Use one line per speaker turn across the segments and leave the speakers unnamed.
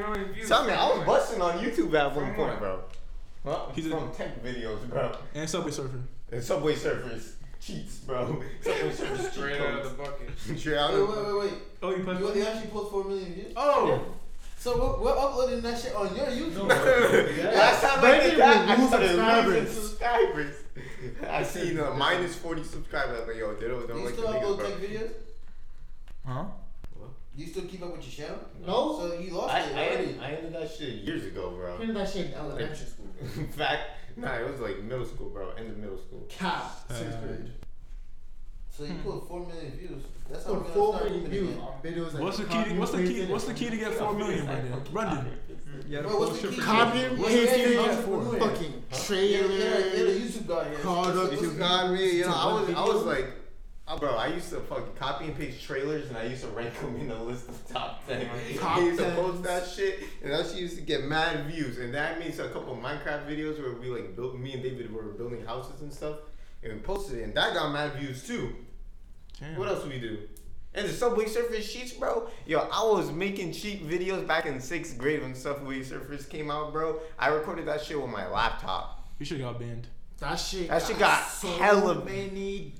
camera and views.
So I mean, I was
Somewhere.
busting on YouTube at one
From
point,
where?
bro. Huh?
He's a-
from tech videos, bro.
And Subway Surfer.
And Subway Surfers cheats, bro. Subway Surfers cheat
Straight out of
codes.
the bucket.
Straight out
Wait,
of
wait, wait, wait.
Oh, you
You, you actually pulled 4 million views?
Oh,
So we're, we're uploading that shit on your YouTube.
Last time I
Brandon
did that,
will
I
lose
started losing
subscribers.
subscribers. I seen uh, minus 40 subscribers. I was like, yo, Ditto
Do
don't
you
like the
still upload
niggas, bro.
tech videos?
huh?
Do you still keep up with your channel?
No.
So you lost
I, I,
it already.
ended, I ended that shit years ago, bro.
Printed that shit in elementary school.
In fact, nah, it was like middle school, bro. End of middle school.
Cap.
Uh,
Sixth grade.
so you pulled 4 million views. That's how
So
we're gonna
four
start
million
moving
views
again.
on videos.
What's the
like
key? To,
copy,
what's the key?
pasted.
What's the key to get four million, Brandon? Brandon.
Yeah,
Bro, what's the key?
Copy,
You're-
What's the key to
pasted,
get four?
fucking
You're, you're, you're the
trailer,
YouTube guy here.
product.
You got me. You know, I was, I was
Video.
like, uh, bro, I used to fucking copy and paste trailers, and I used to rank them in a list of top ten.
Top
I used to
10s.
post that shit, and that shit used to get mad views. And that means a couple Minecraft videos where we like built, me and David were building houses and stuff, and we posted it, and that got mad views too. What else we do? And the Subway Surfers sheets, bro. Yo, I was making cheat videos back in sixth grade when Subway Surfers came out, bro. I recorded that shit with my laptop.
You should got banned.
That shit.
That shit got
so
hella-
many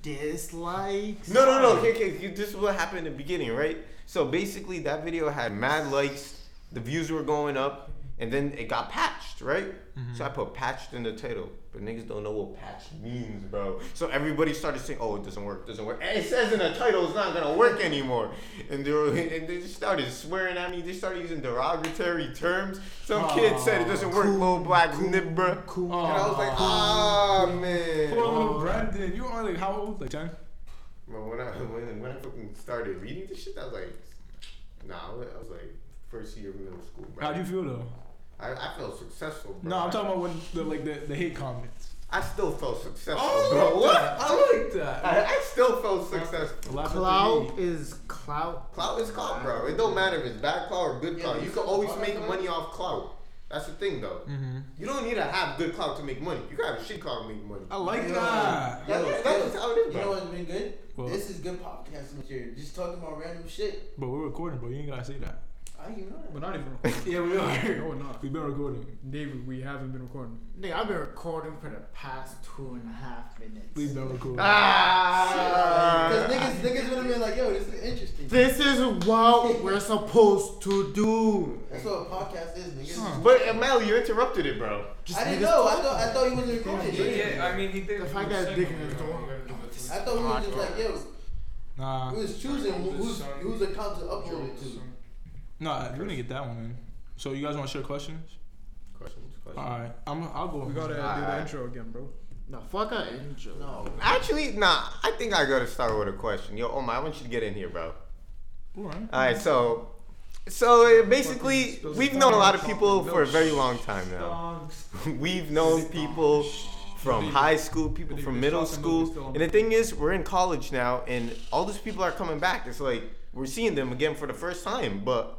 dislikes.
No, no, no. Here, here, you- this is what happened in the beginning, right? So basically, that video had mad likes, the views were going up, and then it got patched, right?
Mm-hmm.
So I put patched in the title, but niggas don't know what patched means, bro. So everybody started saying, "Oh, it doesn't work, doesn't work." And it says in the title, it's not gonna work anymore. And they, were, and they just started swearing at me. They started using derogatory terms. Some kid said it doesn't work, little black nip, bro.
cool.
And I was like,
Aw.
ah, man.
Oh, Brandon, you are like how old? Like ten?
Bro, when I when, when I fucking started reading this shit, I was like, nah, I was, I was like first year of middle school, bro.
How do you feel though?
I, I felt successful, bro.
No, I'm talking about when the like the, the hate comments.
I still felt successful,
Oh!
bro. What?
I like that.
I, I still felt successful.
Laugh at the hate.
Clout is clout.
Clout is clout, bro. It don't matter if it's bad clout or good
Yeah,
clout.
but
You
you
can
still
always
clout,
make
bro.
money off clout. That's the thing, though. You don't need to have good clout to make money. You gotta have shit clout to make money.
I like
Yeah.
that.
Yo,
That's-
yo,
that's how it is,
You know
bro.
what's been good?
Oh. What?
This is good podcast material. Just talking about random shit.
But we're recording, bro. You ain't gotta say that.
I don't even know that.
But not even.
Yeah, we
No, we're not.
We've been recording.
David, we haven't been recording.
Nigga, I've been recording for the past two and a half minutes.
We've been recording.
Ah!
Because niggas, niggas would have been like, yo, this is interesting.
This is what we're supposed to do.
That's what a podcast is, niggas.
But Amal, you interrupted it, bro.
I didn't
niggas
know. I
talking.
thought, I thought he wasn't recording.
Yeah, yeah, I mean, he did.
The fact that dick in his door.
I thought we were just like, yo,
Nah,
we was choosing who- who's, whose account to upload it to.
nah, we're gonna get that one in. So you guys want to share questions?
Questions, questions.
All right, I'm. I'll go.
We gotta do
Alright.
the intro again, bro.
No, fuck that intro.
No.
Actually, nah. I think I gotta start with a question. Yo, Omar, I want you to get in here, bro.
All right.
All right, so, so uh, basically,
Fucking
we've
spills
known a lot
the
of people
coffee.
for a very long time now. We've known people from high school, people
Believe
from
it.
middle
Shots and milk is
school,
still on
and the
the-
thing is, we're in college now, and all these people are coming back. It's like we're seeing them again for the first time, but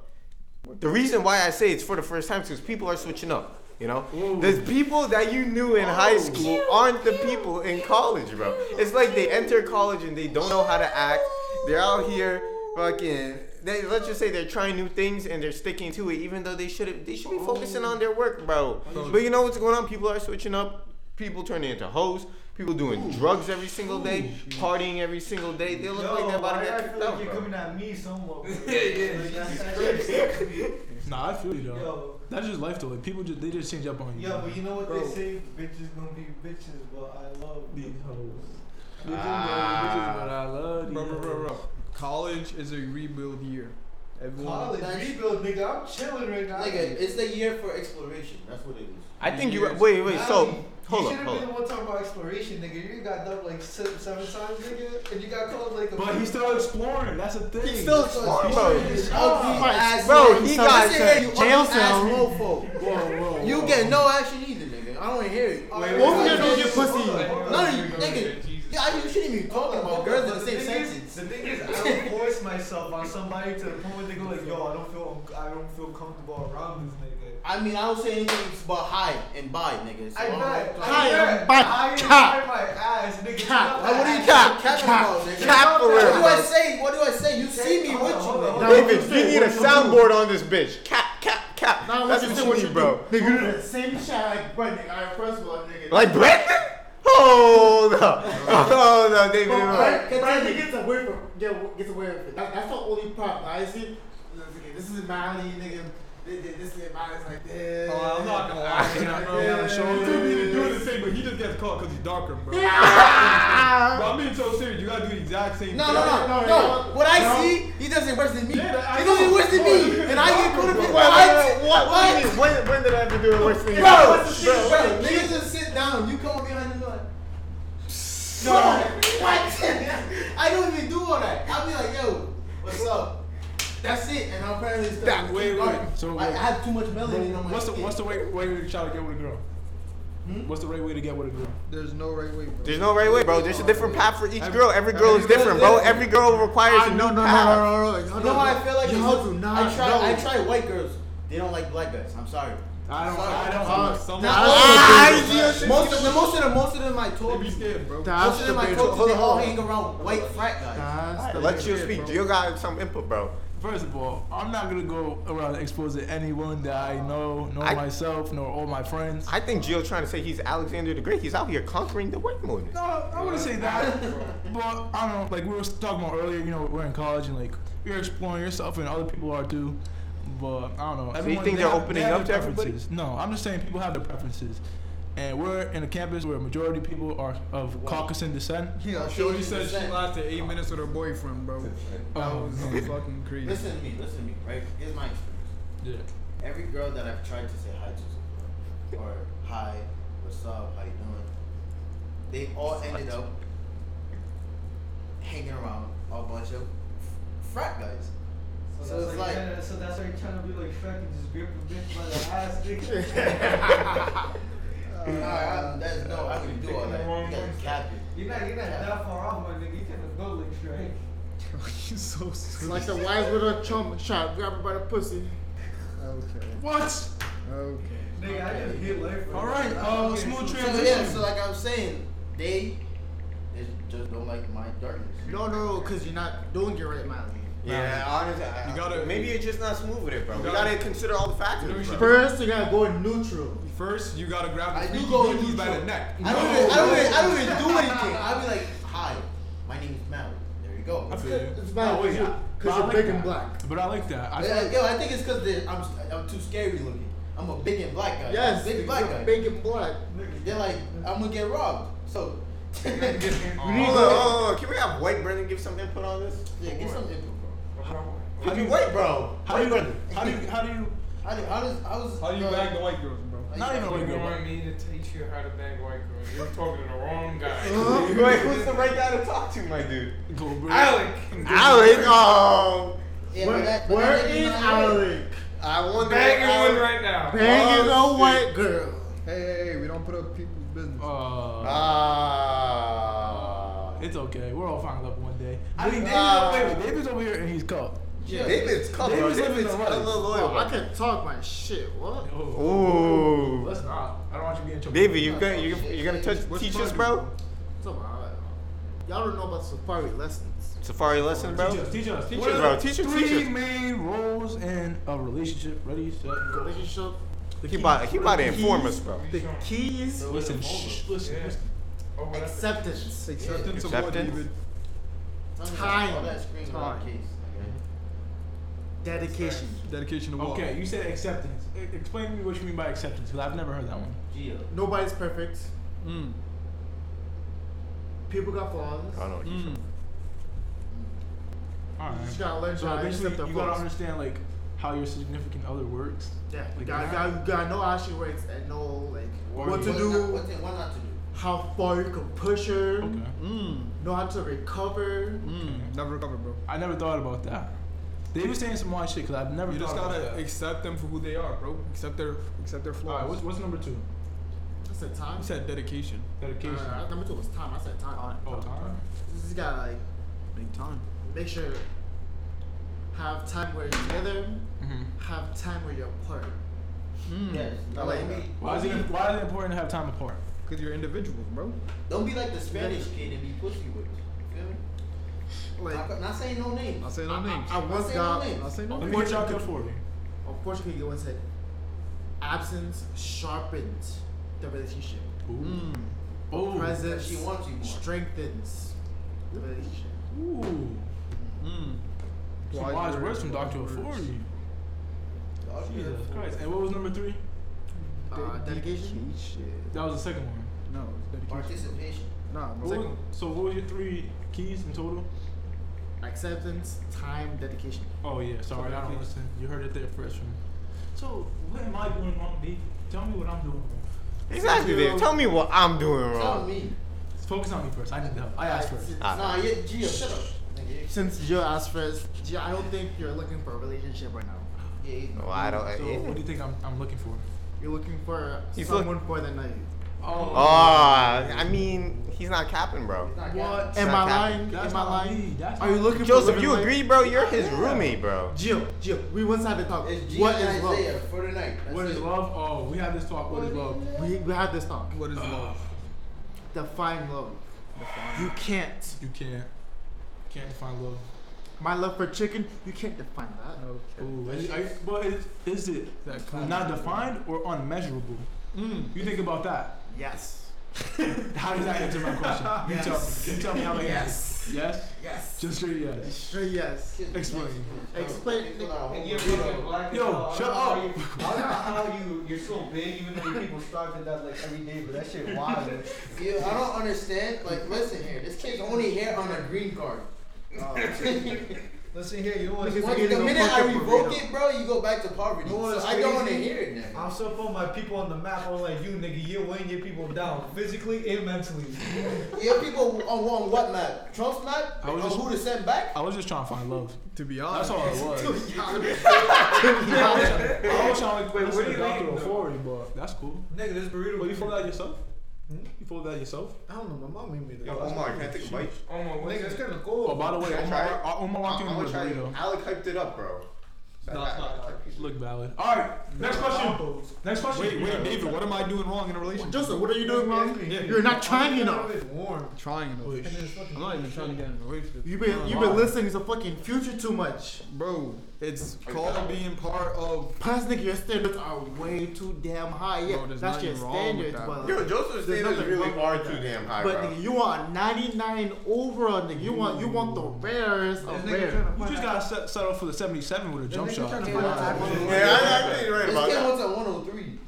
the reason why I say it's for the first time is because people are switching up. You know, there's people that you knew
Oh.
in high school aren't the people in college, bro. It's like they enter college and they don't know how to act. They're out here fucking. They, let's just say they're trying new things and they're sticking to it, even though they should they should be focusing on their work, bro. But you know what's going on? People are switching up. People turning into hoes. People doing drugs every single day, partying every single day. They look like they're about to get kicked out. bro.
at me somewhat?
Yeah, yeah.
Nah, I feel you though.
Yo,
That's just life though. Like people just they just change up on you.
yo, but you know what
Bro.
they say? Bitches gonna be bitches, but I love
These hoes. Bitches, bro,
Ah.
bitches, but I love these
Bro, bro, bro,
hoes.
bro. College is a rebuild year. Everyone.
College
That's-
rebuild, nigga. I'm chilling right now.
Nigga, it's the year for exploration. That's what it is.
I think you.
Years.
Wait, wait.
Nah,
So
you-
hold
you
up,
should have
hold
been
up.
the one talking about exploration, nigga. You got dumped like seven, seven times, nigga, and you got called like a.
But he's still exploring. That's the thing.
He's still exploring, bro.
Ugly ass
Bro,
nigga.
he
This
got
year, you
sent jail
ugly ass
cell.
mofo.
Whoa, whoa.
You get no action either, nigga. I don't wanna hear it.
Alright,
Wolf
wait,
here
wait,
don't
wait,
get
hold on,
pussy.
hold on.
None of you, nigga.
Jesus.
Yeah, you shouldn't even be talking about girls in the same
thing is-
sentence.
The thing is, I don't force myself on somebody to the point where they go like, "Yo, I don't feel, I don't feel comfortable around this nigga."
I mean, I don't say anything but hi and bye, nigga. So
I
don't
bet.
talk-
Hi,
I bet.
I'm back.
I
Cap.
enjoy my ass, nigga. It's
Cap.
not
Like, what
that
are you
ass-
cap,
Cap.
cap, about, nigga?
Cap for
What do
real.
I say? What do I say? You see me with you,
Hold on, hold
nigga.
on.
David, you need a soundboard on this bitch. Cap, cap, cap.
Now
That's
what you
the
do, what
funny,
you
bro.
do. Nigga, the same shit like Brendan. All right, first of all, nigga.
Like Brandon? Hold up. Hold up, David.
Bro,
Right.
Brandon, Brandon gets away from get, gets away with it. That, that's the only problem. I see. This is Mali, nigga. This, this, this is Mali's like this.
Oh, I'm not gonna lie.
Yeah.
I don't have a shoulder.
Yeah.
Dude, he didn't do the same, but he just gets caught because he's darker, bro. But I'm being so serious. You gotta do the exact same
No,
thing.
no, no, no.
No, no.
What I
No.
see, he does it worse than me.
Yeah, that- I
he does it
know.
worse than
Bro,
me,
you're
and I get
wrong,
put up
bro.
in
Wait,
what?
wait, wait, what? What? do you mean? When, when did I have to do it worse than you?
Bro,
Bro,
bro, niggas just sit down. You come behind the door. No, what? I don't even do all that. I'll be like, yo, what's up? That's it, and I'll apparently start
That-
to
wait,
keep
wait,
going.
so
I, I
wait.
have too much melanin on my
What's the
skin.
what's the way way to try to get with a girl? What's the right way to get with a girl?
There's no right way, bro.
There's no right way, bro. There's a different path for each girl. Every girl is different, bro. Every girl requires
I,
a new
no, no, no, no,
path.
no, no, no, no.
You know how I feel like?
Y'all do not
I try.
know.
I try white girls. They don't like black guys. I'm sorry.
I don't.
Sorry.
I don't.
Uh,
some
that's
Ah,
the
I
biggest-
see your
Most of the most of the most of them I
They
told
be scared, bro.
That's
most of
the
them I
biggest-
told
hold
they
on,
all
hold on.
hang around white frat guys.
That's the
Let you
biggest-
speak. You got some input, bro.
First of all, I'm not gonna go around exposing anyone that I know, nor
I-
myself, nor all my friends.
I think Gio trying to say he's Alexander the Great. He's out here conquering the white movement.
No, I wouldn't say that. but I don't know. Like we were talking about earlier, you know, we're in college and like you're exploring yourself, and other people are too. But I don't know.
So you
Everyone-
think
they
they're
have-
opening
they have
up
their
to everybody?
preferences. No, I'm just saying people have their preferences, and we're in a campus where majority of people are of Caucasian descent.
Yeah, Shorty said she lasted eight minutes with her boyfriend, bro. That was fucking crazy.
Listen to me, listen to me, right? Here's my experience.
Yeah.
Every girl that I've tried to say hi to, or hi, what's up, how you doing, they all ended up hanging around a bunch of frat guys.
So,
So it's
that's
like-
like, yeah, so that's why you're trying to be like fucking just grip a bitch by the ass, nigga.
Nah, I, that's no, I wouldn't do all that. You gotta cap it.
You're not, you're not that far off, my nigga. You can have go like Drake.
He's so
It's
silly.
like the wise little chump shot. Grab her by the pussy.
Okay.
What?
Okay.
Nigga, I just hate life. bro.
All right.
I
Uh,
can't
smooth
see-
So
transition.
yeah, so like I'm saying, they, they just don't like my darkness.
No, no, because you're not doing it right, Mali.
Yeah, honestly, I,
You gotta-
maybe you're just not smooth with it, bro. We
gotta-
gotta consider all the factors, bro.
First, you gotta go neutral.
First, you gotta grab
I
the
do
freaky
go
hickeys by
neutral.
the neck.
I don't, even, I, don't even, I don't even do anything. I'll be like, hi, my name is Mel. There you go.
I feel you.
It's bad
Oh,
because
yeah.
you're,
But I
'cause you're
like
big
that.
and black.
But I like that. I
Yeah, yo, I think it's because I'm, I'm too scary looking. I'm a big and black guy.
Yes,
big
big,
and black guy.
big and black.
They're like, I'm gonna get robbed. So, yeah, get
Hold on, hold on. Can we have white Brendan give some input on this?
some input, bro.
How do you white, bro?
How do you? How do you? How do you?
How do, how does, how does,
How do you
bro,
bag the white girls, bro?
like,
Not even a
bro,
white
You
girl.
want me to teach you how to bag white girls? You're talking to the wrong guy.
Wait, who's the right guy to talk to, my dude?
Go, bro.
Alec.
Alec, oh.
Yeah, but
Where,
that, but
where
that nigga's
is
not right.
Alec?
I wonder.
Bagging
Alec-
one right now.
Banging
Oh,
a
shit.
white girl.
Hey, hey, hey, we don't put up people's business.
Uh,
Ah.
it's okay. We're all fine up one day. Ah. I mean, David's,
Uh,
wait, wait, David's over here and he's caught.
Yeah.
David's covered.
David's living
David's
the life.
hella loyal.
Oh, I can talk my shit. What?
Oh,
Ooh.
let's not. I don't want you to get in trouble.
David, you gonna you you gonna touch teach us, bro?
What's up, Alec? Y'all don't know about safari lessons.
Safari lesson,
Teach
bro.
us, teach us, teach
What
us.
are the Teach us,
Three
teach us.
main roles in a relationship. Ready, set, go.
Relationship. The
He about he about to
keys-
inform us, bro.
The keys.
Listen, shh, listen,
Yeah.
listen.
Oh, what happened?
Acceptance.
Acceptance of what,
Acceptance?
David?
Sometimes
Time.
All that screaming about
Time.
case. okay?
Dedication.
Dedication to what?
Okay, you said acceptance. E- Explain to me what you mean by acceptance, because I've never heard that one.
Gio.
Nobody's perfect.
Mm.
People got flaws.
I don't know.
Mm.
All
You just
right.
gotta learn
So
how to accept
basically,
their
you gotta
flaws.
understand like how your significant other works.
Yeah, you
Like
gotta,
that.
gotta, you gotta know how she works and know like
What
what,
you-
to
What
do,
not- what, to- what not to do.
how far you can push her,
Okay.
Mm.
know how to recover.
Mm. Never recover, bro.
I never thought about that. They were saying some wild shit because I've never.
You
thought
just
about
gotta
that.
accept them for who they are, bro. Accept their accept their
All
flaws.
right, what's, what's number two?
I said time.
you said dedication.
Dedication.
Uh, number two was time. I said time.
oh, time.
You just gotta like
Big time.
make sure have time where you're together,
Mm-hmm.
have time where you're apart.
Mm.
Yes.
Hmm. I
Now,
like
don't, be,
that.
Why is, it, why is it important to have time apart?
Cause you're individuals, bro.
don't be like the Spanish kid and be pussy whipped. You feel me?
Like
not, not saying no names.
I'll say no names.
I once
say no
got
names.
I'll say no
Let me
names.
get y'all good for you.
unfortunately it was said absence sharpened the relationship.
Mm,
Oh.
Presence
She wants you more.
strengthens the relationship.
Ooh.
Mm.
Some wise words from Dr. Afori. Jesus Christ. And what was number three?
Uh, dedication.
That was the second one.
No, it's dedication.
Participation.
No,
What
second
was-
one.
so what were your three keys in total?
acceptance, time, dedication.
Oh yeah, sorry, I don't listen. You heard it there first from me. So what am I doing wrong, B? Tell me what I'm doing wrong.
Exactly, Dave. Tell me what I'm doing
Tell
wrong.
me.
Focus on me first. I need help. I asked first.
Ah.
Nah, yeah, Gio, shut up. Nigga,
Since Gio asked first, Gio, I don't think you're looking for a relationship right now.
yeah, he's-
No, Oh, I don't.
So what do you think I'm, I'm looking for?
You're looking for
He's look-
someone more than I am.
Oh,
Oh,
I mean, he's not capping, bro.
Nah,
What?
It's
Am
not
I
cap.
lying?
That's
Am I
not me.
lying?
That's
Are
not
you
me.
looking for
Joseph,
women
you
like-
agree, bro? You're his roommate, bro.
Gio, Gio, we once had a talk.
It's Gio
what
and
is
Isaiah
love?
for the night. That's
what is
it.
love? Oh, we have this talk. What is love?
We, we had this talk.
What is love?
Define love. You can't.
You can't can't define love.
My love for chicken, you can't define that.
Ooh, is, are you, but is, is it that not defined or unmeasurable?
Mm.
You think about that.
Yes.
How does that answer my question? You tell me. You tell me how I
Yes.
answer. Yes.
Yes.
Just straight yes.
Sure, yes.
Explain.
Explain.
And you're fucking black as
Yo,
hell. I don't
shut
know how
up.
you- I don't know how you you're so big even though your people strive to that like every day, but that shit wild. man.
Yeah, I don't understand. Like, listen here. This kid's only here on a green card.
Listen here, you know what?
Once, the minute I revoke it, bro, you go back to poverty.
You know
so
what's
I don't want to
crazy?
hear it now.
I'm so putting my people on the map. I'm like you, nigga. You're weighing your people down physically and mentally.
Yeah, people on, on what map? Trump's map?
I
On
was just-
who to send back?
I was just trying to find love.
To be
That's
honest,
all it was. I was trying to
Wait,
listen
where
to
do you
Dr.
think-
Ofori, but that's cool.
nigga, this burrito.
Well, you fold that yourself? You fold that yourself?
I don't know. My mom made me that.
Yo, Omar, can I take a bite?
Omar, what's
Nigga, it's
it?
kind of cold.
Oh, by the way,
Can I try
Omar, Omar walked in
I'm
with
gonna
a
try it.
burrito.
Alec hyped it up, bro. So I
No,
got-
it's not
I got
Alec.
pieces.
Look valid. All right, next question. Next question.
Wait, wait, David, what am I doing wrong in a relationship?
Joseph, what are you doing wrong?
Yeah.
You're not trying enough.
It's warm.
trying enough.
And it's fucking
I'm not even trying to get in a relationship.
You've been you've been listening to fucking future too much.
Bro, it's called being part of.
Plus, nigga, your standards are way too damn high. Yeah,
Bro, there's
that's
nothing
your
wrong with
standards,
that,
but
Yo, Joseph's
There's
standards
nothing
really
wrong
are
with
too
that.
damn high,
But
bro.
nigga, you want 99 overall, nigga. You want you want the rarest
This
of
nigga
rare.
tryna
oh, You
find
just
out-
gotta set, settle for the 77 with a
this
jump
nigga
shot.
tryna
Yeah,
find out
I-
how to-
Yeah, I, I think you're right
This
about
kid
that.
wants a 103.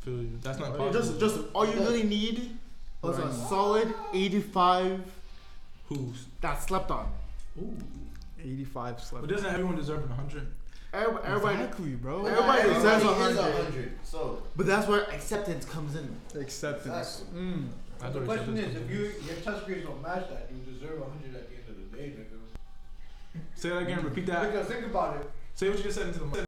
Feel you. That's not
Yo,
possible.
Just, just all you really need was a solid 85
Who's?
that slept on.
Ooh.
85
But
slept.
doesn't everyone deserve an 100?
Every- Everybody,
Exactly, bro.
Everybody deserves
Everybody is
100.
100. So,
but that's where acceptance comes in.
Acceptance.
that's-
Mm.
I
The
thought it
question
said
is,
this
if
one.
you your test grades don't match that, you deserve 100 at the end of the day, nigga.
Say that again, repeat that.
Because think about it.
Say what you just said into the mic.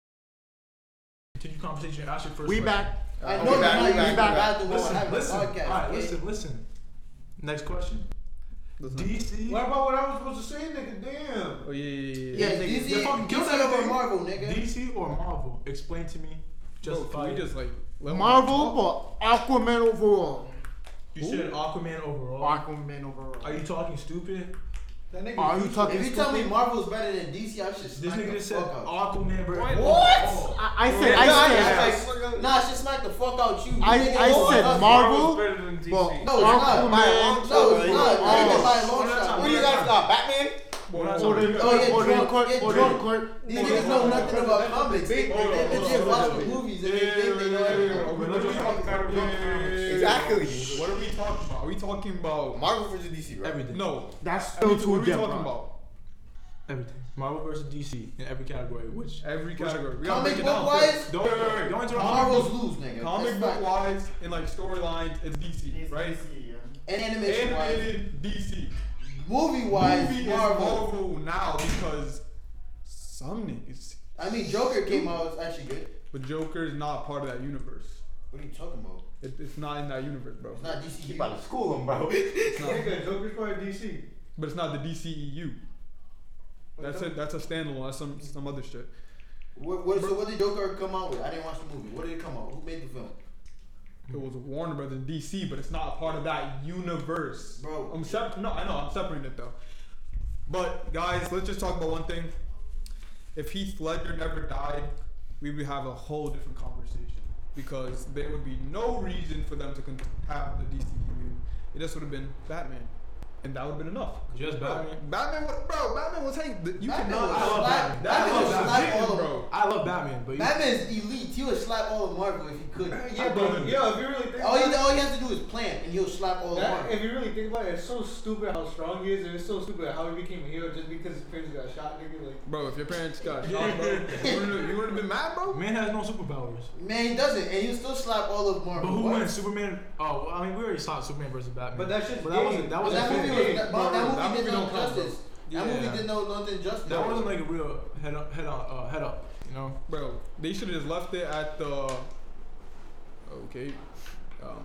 Continue conversation, ask your first
We
question.
back.
I
we back,
know that
we
you
back, we
got the one
Listen,
having a
listen. All
podcast.
right,
yeah.
listen, listen. Next question. DC.
What about what I was supposed to say, nigga? Damn.
Oh yeah, yeah, yeah.
Yeah,
Yeah, nigga,
DC,
you're fucking
you
guilty,
said over
nigga.
Marvel, nigga.
DC or Marvel? Explain to me.
Bro,
Just
can we just like let
Marvel or Aquaman overall?
You said Aquaman overall.
Aquaman overall.
Are you talking stupid?
That nigga.
Are you talking?
If you tell me Marvel's better than DC, I should
This
smack
nigga
the
just said
fuck out.
Aquaman. versus-
What?
I, I said,
Yeah, I-
I
I-
said,
Nah, she smacked the fuck out you.
I-
nigga.
I
Oh,
said
that's-
Marvel,
better than DC.
but
No, it's not. By a long
Aquaman.
shot. No, it's not. I
Oh,
didn't buy a long
One at a
shot.
time,
What do
one at
you
a
guys
time.
got? Batman?
Well, that's all
Order,
right.
Oh, yeah,
order in
drunk,
court,
yeah,
order in
drunk.
court.
These niggas know nothing about comics. They, they,
Hold on,
they
hold
just
on,
watch
hold
the
on.
movies and they think they know everything.
Religious topic.
Exactly.
What are we talking about? Are we talking about
Marvel versus DC, bro.
Everything.
no?
That's
I mean,
still
what are
too
we
deep.
talking about?
Everything. Marvel versus DC in every category. Which?
Every category. We gotta
Comic
break it down.
book wise,
Don't, don't interrupt.
Marvel's lose, nigga.
Comic
That's
book
fact.
wise and like storylines, it's DC, right?
And animation wise.
Animated DC.
Movie wise,
Movie is
Marvel.
Marvel now because some niggas,
I mean, Joker came out. It's actually good.
but Joker is not part of that universe.
What are you talking about?
It, it's not in that universe, bro.
It's not DC.
Keep out of school, bro.
It's not.
Nigga, Joker's part of DC.
But it's not the DCEU. That's a that's a standalone. That's some some other shit.
What, what, so what did Joker come out with? I didn't watch the movie. What did it come out? Who made the film?
It was Warner Brothers DC, but it's not a part of that universe.
Bro.
I'm sep- no, I know I'm separating it though. But guys, let's just talk about one thing. If Heath Ledger never died, we would have a whole different conversation. because there would be no reason for them to con- have the DCEU. It just would have been Batman. And that would have been enough.
Just
Bro,
Batman.
Batman would, bro, Batman will take the, you
Batman
cannot.
would
I love Batman.
slap- Batman would
I love
slap
Batman.
all of
bro.
I love Batman, but you,
Batman's elite. He would slap all of Marvel if he could.
Yeah, but yo, if you really think
All
about
he,
it,
all he has to do is plan, and he'll slap all of
that,
Marvel.
if you really think about it, it's so stupid how strong he is, and it's so stupid how he became a hero just because his parents got shot, nigga. Like,
Bro, if your parents got shot, bro, you wouldn't- you would have been mad, bro.
man has no superpowers.
Man, he doesn't, and he'll still slap all of
But
Marvel.
who
What?
wins? Superman. Oh, I mean, we already saw Superman versus Batman.
But that shit's
But that
gay.
wasn't. That
But
wasn't.
that movie,
fair.
was,
big,
that, but
bro.
that movie
That
did
movie
no
don't count, bro.
justice. That
Yeah.
movie did no nothing justice.
That wasn't like a real head up, head on, uh, head up. You know.
Bro, they should have just left it at the. Okay. Um,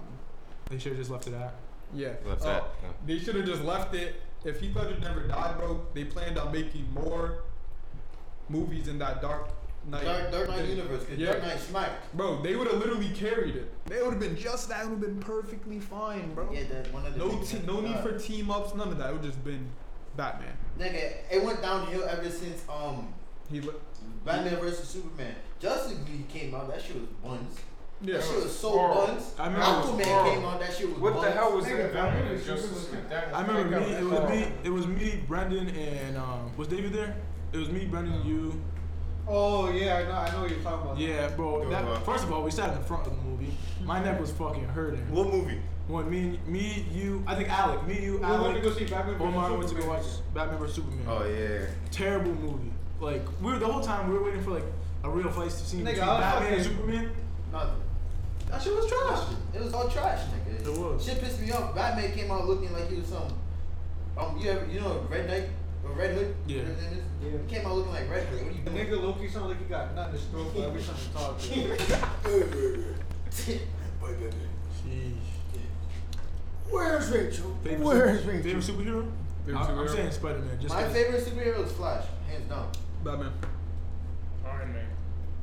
They should have just left it at.
yeah.
Left
Uh,
that.
They should have just left it. If Heath Ledger never died, bro, they planned on making more movies in that Dark Knight.
Dark, Dark Knight
thing.
universe. 'cause
Yeah.
Dark Knight smacked.
Bro, they would have literally carried it. They would have been just that. Would have been perfectly fine, bro.
Yeah, that one of the
No,
things
te-
that-
no need
uh,
for team ups. None of that. It would just been Batman.
Nigga, it went downhill ever since um
He. Li-
Batman versus Superman. Justice League came out. That shit was buns.
yeah.
That shit was so
Horrible.
buns.
I remember it was
Aquaman
horrible.
came out. That shit was
What
buns.
the hell was
Nigga,
that?
Batman
Batman
is
Justice
Superman.
League. That
I remember
that
me.
got
It was me.
horrible.
It was me, Brendan, and um, was David there? It was me, Brendan, you.
oh yeah, I know, I know what you're talking about.
Yeah, bro.
Yo, bro.
That, first of all, we sat in the front of the movie. My neck was fucking hurting.
What movie?
When me, me, you, I think Alec, me, you,
We went to
Alec,
go see Batman. versus
Omar went to go
Superman.
watch Batman vs Superman.
Oh yeah.
Terrible movie. Like we were the whole time we were waiting for like a real fight scene
Nigga,
between
I was
Batman and
fucking-
Superman.
Nothing.
That shit was trash.
It was all trash, nigga.
It was.
Shit pissed me off. Batman came out looking like he was some. Um, you ever, you know Red Knight or Red Hood?
Yeah.
His name is?
Yeah.
He came out looking like Red Hood. What are you
The
doing?
nigga Loki sounds like he got nothing to stroke for every time he talks. bro.
Jeez.
Where's Rachel?
Favorite,
Where's
super-
Rachel?
favorite superhero?
Favorite
I, am
superhero?
saying Spider Man. Just
My
'cause
favorite superhero is Flash, hands down.
Batman.
Iron Man.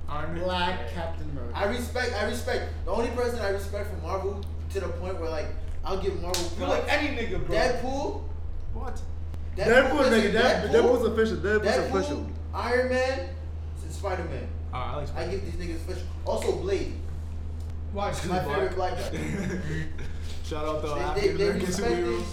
Iron Man.
Black Captain America.
I respect. I respect. The only person I respect from Marvel to the point where like I'll give Marvel.
You
props.
like any nigga, bro.
Deadpool.
What?
Deadpool,
listen,
nigga. Deadpool, Deadpool's official. Deadpool's
Deadpool,
official.
Iron Man, and Spider Man.
Alright, Ah, I like
I
Spider.
give these niggas special. Also Blade,
Why?
my favorite black guy.
Shout out the
They- they-
African
they
American
respect it.
superheroes. What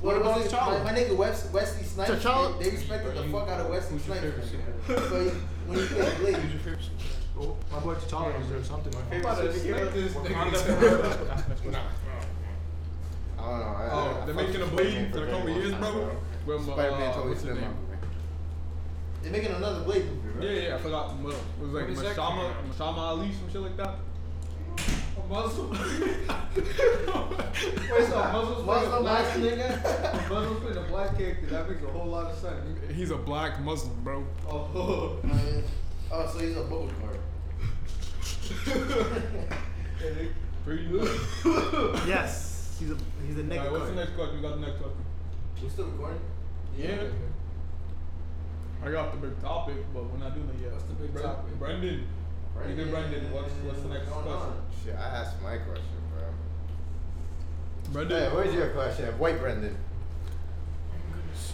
What
about
was it?
T'Challa?
My, my nigga Wes, Wesley Snipes.
T'Challa?
They, they respected the fuck out of Wesley
Who's your
Snipes.
favorite superhero?
So he- when he played Blade,
Who's your favorite superhero?
Oh, my boy T'Challa deserves something.
Favorite superhero?
this nigga.
Wakanda forever. Nah,
I don't know.
Oh,
I, I,
they're
I fuck
making a
with
blade for
Spider-Man
a
very
couple
long
years,
time,
bro. With, uh,
Spider-Man totally
what's his
fit my
name?
movie.
they're making another Blade movie, right?
Yeah, yeah, I forgot. Well, It was like
What is that?
Mashama, Mashama Ali, some shit like that.
A Muslim. Wait, so a Muslim's playing a
Muslim
black
ass
nigga? A Muslim's playing a black character. That makes a whole lot of sense.
He's a black Muslim, bro.
Oh,
Uh, oh, so he's a bubble card.
Pretty good.
Yes, he's a he's a
Alright, what's the
nigga.
next question? You got the next question.
We still recording?
Yeah. I got the big topic, but we're not doing it yet. What's the uh,
big topic?
Brendan. Nigga Brendan, what's, what's the next
Going
question?
on.
Shit, I asked my question, bro.
Brendan.
Hey, where's your question? White Brendan.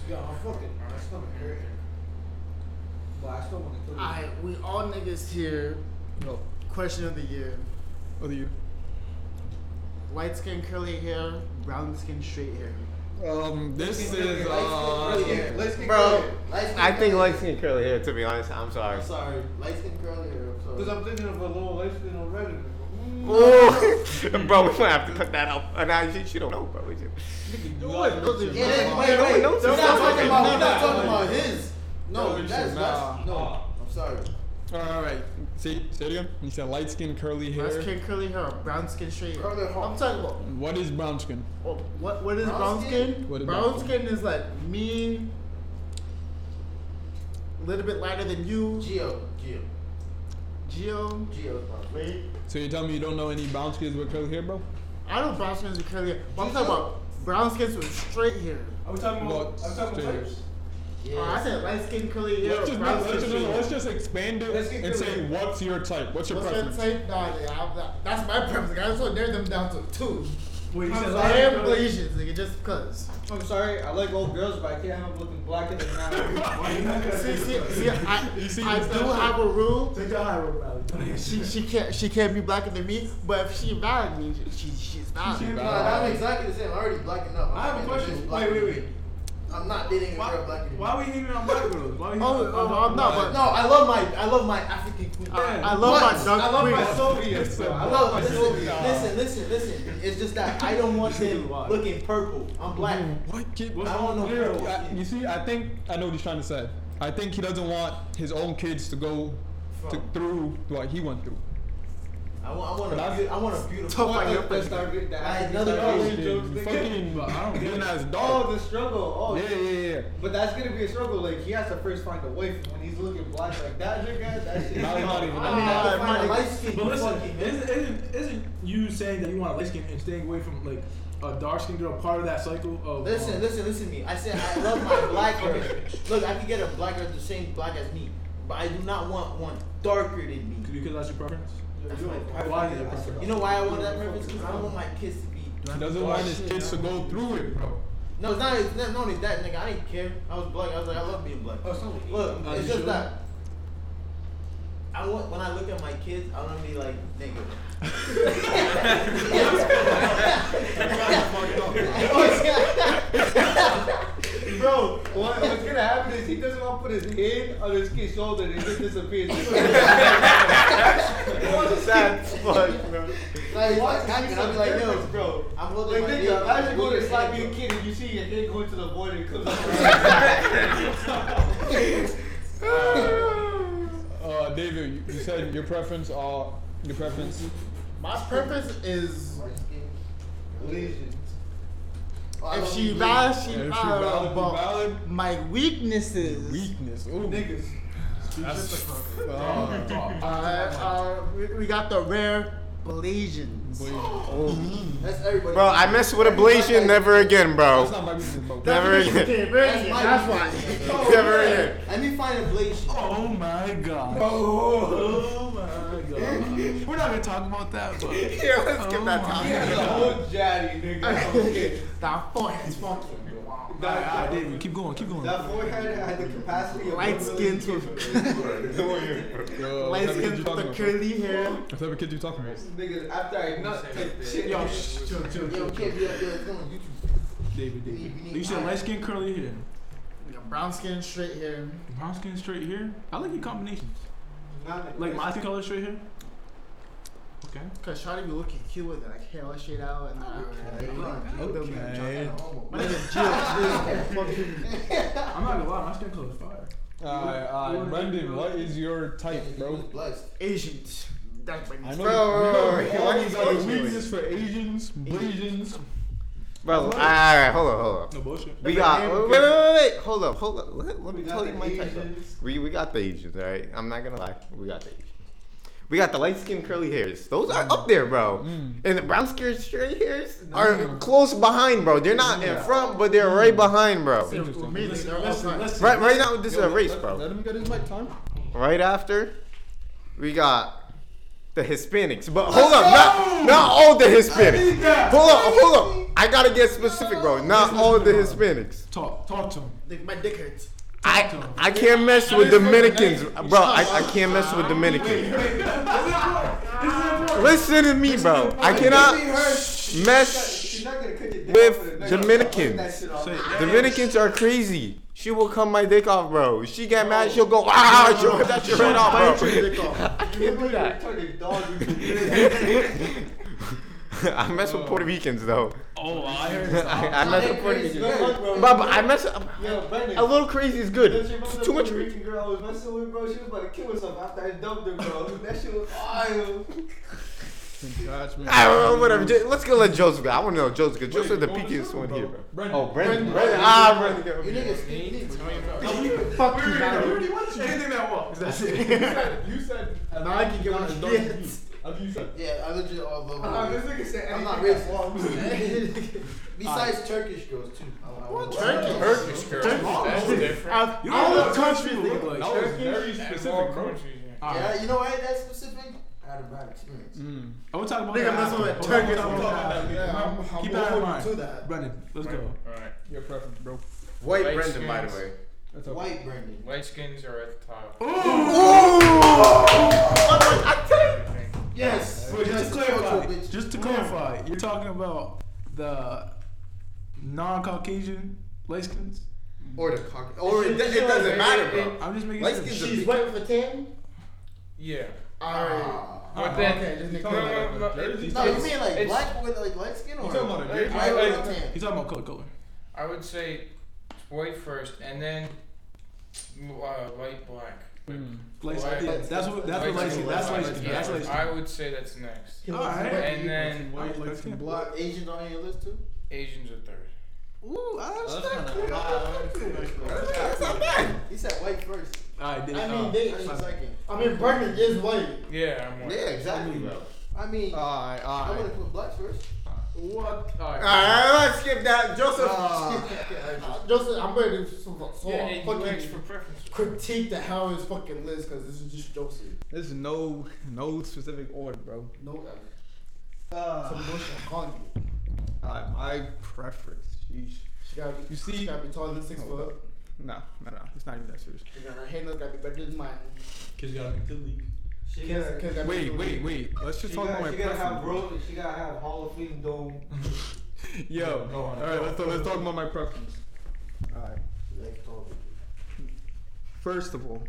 yeah, I'm fucking. My stomach hurt. But I still want to kill you.
Alright, we all niggas here.
No.
Question of the year:
Other you.
White skin curly hair, brown skin straight hair.
Um, this is,
Light skin, curly
uh.
hair.
Let's get
Bro.
going.
Light skin,
I think
curly
light
hair.
skin curly hair. To be honest, I'm sorry.
I'm sorry, light skin curly hair. I'm sorry.
Because I'm thinking of a little light skin on Reddit.
Oh, bro, we might have to cut that out. Uh, nah, she, she don't know, bro. We just-
Yeah, that's- wait,
no,
wait,
no, no,
we're not
no, no,
talking about,
no,
we're not
no.
talking about his.
No,
No,
we
that's,
should not.
that's, no, I'm sorry.
Alright. Say, say it again. You said light skin, curly hair.
Brown skin curly hair, brown skin straight hair.
Curly hair.
I'm talking about
What is brown skin?
oh, what what is
Brown
brown,
skin?
skin?
What is
brown,
brown skin?
skin is like me, a little bit lighter than you.
Geo, Geo,
Geo,
Geo.
wait.
So you tell me you don't know any brown skins with curly hair, bro?
I know brown skins with curly hair. But I'm talking about brown skins with straight hair.
Are we talking about?
About
I'm talking about
straight.
types.
Oh, I said light skin curly hair,
Let's just,
brown skin
let's just-
straight hair.
let's just expand it
Let's get
and say
curly.
what's your type? What's your
What's your
preference?
type? Nah, yeah, I'm not- that's my preference. I just want to narrow them down to two.
Wait, you said
I'm
last
sorry,
year,
I'm
bro?
Asians, nigga, just cause.
I'm sorry, I like old girls, but I can't have them looking black in the night.
See, see, see, I, I do have a rule.
Take the high road, Valley.
She, she can't, she can't be blacker than me. But if she married me, she, she's valid.
Nah, I'm exactly the same. I'm already black enough.
I have a question. Wait, wait, wait.
I'm not dating a
Why,
girl black anymore.
why are we hating on black girls? Why are we hating
Oh,
on-
oh, I'm not, but
No, I love my I love my African queen.
Yeah.
I love my dark
I love
queen.
my Soviets, though. I
I
love
love
my
listen,
Soviets.
listen, listen, listen. It's just that I don't want them looking purple. I'm black.
What? Keep,
I don't know. purple
I-
skin.
you see, I think I know what he's trying to say. I think he doesn't want his own kids to go to, through what he went through.
I want, I want
But
a,
I-
beau- I want a beautiful.
Tough on your
That's our- that I another
Fucking-
question.
fucking, I don't get as dog.
Oh, the struggle. Oh,
Yeah, yeah, yeah.
But that's gonna be a struggle. Like he has to first find a wife. When he's looking black like that, nigga, that shit.
Not even-
I mean, I have to find a light skin.
But listen,
fucking
isn't, isn't isn't you saying that you want a light skin and staying away from like a dark skinned girl part of that cycle of
Listen,
um,
listen, listen to me. I said I love my black girl. Look, I can get a black girl the same black as me, but I do not want one darker than me.
because that's your preference?
That's my
Why
preference.
is it preference?
You know why I want that preference? Because I want my kids to be.
He doesn't want his kids to go through it, bro.
No, it's not. It's not, not only that, nigga. I didn't care. I was black. I was like, I love being black. Look,
Uh,
it's
you
just
sure?
that. I want when I look at my kids, I want to be like, nigga. Bro, what, what's gonna happen is he doesn't want to put his hand on his kid's shoulder and it just disappears.
Sad fuck, bro.
like, what's happening? I'm like, yo, bro, I'm holding my dick. Imagine going to slap your kid and you see your hand going to the void and it comes out.
Uh, David, you- you said your preference are your preference.
My preference is
Lesions.
if she valid, she
If you
valid.
valid, you
But
valid.
my weaknesses
Weakness. Oh, Ooh. Niggas. That's
Oh
are, are uh, we, we got the rare Blasians.
Oh.
That's everybody.
Bro, I mess with Ablation never again,
That's
bro.
not my weakness, bro.
Never again.
Okay,
That's
that's,
my
that's why.
weakness.
Never again.
Let me find a blade.
Oh my god.
Oh.
my god. We're not gonna talk about that, but
Yeah, let's get that
He has a
topic.
whole jaddy, nigga. Okay.
That forehead is funky.
Alright, alright, David, keep going, keep going.
That forehead had the capacity of
Light
one
skins
million
with
people.
Yo, Oh, what
light
type of kid
skins
you talking
with the
about? bro?
curly hair.
What type of kid you talking about?
Nigga, after I nut, like, shit.
Yo,
Yo,
shh, chill, chill,
yo,
chill,
can't
chill.
be up there. It's going on YouTube.
David, David.
You need
You said
eyes.
light skin curly hair.
You got brown skin, straight hair.
Brown skin straight hair. I like your combinations.
Not like-
Like my color straight hair. Okay.
Cause Shawty be looking cute with like hair all shit out and uh,
Okay.
my nigga Jill, this fucking
I'm not gonna lie, my skin color is fire.
Alright, alright. Brendan, what is your type,
He was
bro?
blessed.
Asians. That's my
I
name.
know
Bro,
you-
bro,
you know
why
all
you
these are the
talking to me?
weakness for Asians, Blasians.
Bro, all right, hold up, hold up.
No bullshit.
We got wait, wait, wait, wait, wait. Hold up, hold up. Let, let me tell you my type. of- We we got the Asians, all right. I'm not gonna lie, we got the Asians. We got the light skin curly hairs. Those are up there, bro. And the brown skin straight hairs Mm. are close behind, bro. They're not in front, but they're right behind, bro.
Amazing, they're all
Listen,
kinds.
listen.
Right right now, this is a
Yo,
race,
let-
bro.
Let him get his mic time.
Right after, we got the Hispanics. But hold up, not not all the Hispanics. Hold up, hold up. I gotta get specific, bro. Not all the Hispanics.
Talk, talk to him.
Like, my dick hurts.
I I can't mess with Dominicans, bro. I, I can't mess with Dominicans. Listen to me, bro. I cannot mess.
She's not gonna cut your dick
With
off for the next
Dominicans.
one. Cut that shit off.
Dominicans are crazy. She will come my dick off, bro. She get mad, she'll go ah, she'll cut that shit right off,
Bite
bro.
your dick off.
Can't believe you turned a dog into a-
I mess with Puerto Ricans though.
Oh, I heard.
I, I mess with Puerto
It's
Ricans.
good, bro.
But, but I mess.
Yo, Brendan.
A little crazy is
Don't
good.
you remember
Too
that
much.
Puerto Rican girl I was messing with, bro? She was about to kill herself after I dumped her, bro. That shit was wild.
Gosh, man.
I don't know, whatever. Ju- Let's go let Joseph go. I want to know Joseph. 'cause
Wait,
Joseph the
who was
peakiest
who,
one
bro?
here, bro.
Brendan.
Oh, Brendan.
Brendan.
Brendan. Ah, Brendan. go.
You niggas think me.
Fuck you, man.
Anything that walks. That's it.
You said
Now I can get one of those.
as you said.
Yeah, I legit all love
Uh, this nigga said
I'm not
anything that
racist. Besides Turkish girls too. What
Turkey?
Turkish girl. That's different.
Out
You don't know
of all
what
the
countries
countries,
look like.
That was very
And
specific,
more
bro.
countries, yeah.
Yeah, you know why that's specific? I
had a bad experience.
Mm.
I would talk about
Nigga,
that.
mess
after.
with
Hold
Turkish
on, hold on, hold on.
blood. Yeah, I'm, I'm
Keep that in
open
mind.
to that.
Brendan, let's go.
Alright.
Your preference, bro.
White
Light
Brendan, by the
skins.
way.
That's okay.
White Brendan.
Light skins are at the top.
Yes.
Wait, just
yes,
to
cultural
clarify,
bitch.
just to clarify, you're talking about the non-Caucasian light skins.
Or the cock. Or it,
She-
it
she was
doesn't
like,
matter,
it-
bro.
I'm just making
Light
sense.
skins
She's white with a tan.
Yeah.
Alright.
But
okay,
then,
just make
no,
clear
no,
about
no,
the
it-
jersey.
Ah. No, you mean like
it's-
black with like light skin or
You talking about the jersey?
white
I-
with a
I-
tan?
He's talking about color, color.
I would say white first, and then uh, light black.
Mm.
Light
White-
skins. Yeah, that's what. That's what light skins. That's light skins.
Yeah,
That's light skins.
I would say that's next.
All right.
And then
White, like some black.
Black Asians on your list too?
Asians are third.
Ooh, I
That's
respect
kinda
you.
That's not bad.
He said white first.
All right, then,
I
uh,
mean, they
fine.
second. I mean, Brendan is white.
Yeah, I'm
Yeah,
white.
exactly, bro.
I mean,
Alright,
I would
alright.
have put black first.
What? All right.
Alright, let's skip that.
Mm.
Joseph.
Uh, Joseph, I'm ready to so, so
Yeah, and UX for
fucking
preference.
critique the hell is fucking list because this is just Joseph.
There's no no specific order, bro.
No, uh,
Uh,
some bullshit. I'm calling you.
Alright, Uh, my preference. Sheesh.
She gotta be,
You see-
she gotta be taller than six foot.
No, no, no. It's not even that serious.
She got her handles gotta be better than mine.
Kids gotta be the league.
she
Kids-
gotta,
kids gotta be
Wait,
taller
wait,
than-
wait. Let's
she
just talk about
gotta,
my
she gotta
preference.
have
bro.
bro. She gotta have Hall of Fame dome.
Yo.
Go on.
Alright, let's talk let's talk about my preference. Alright.
Like taller.
First of all,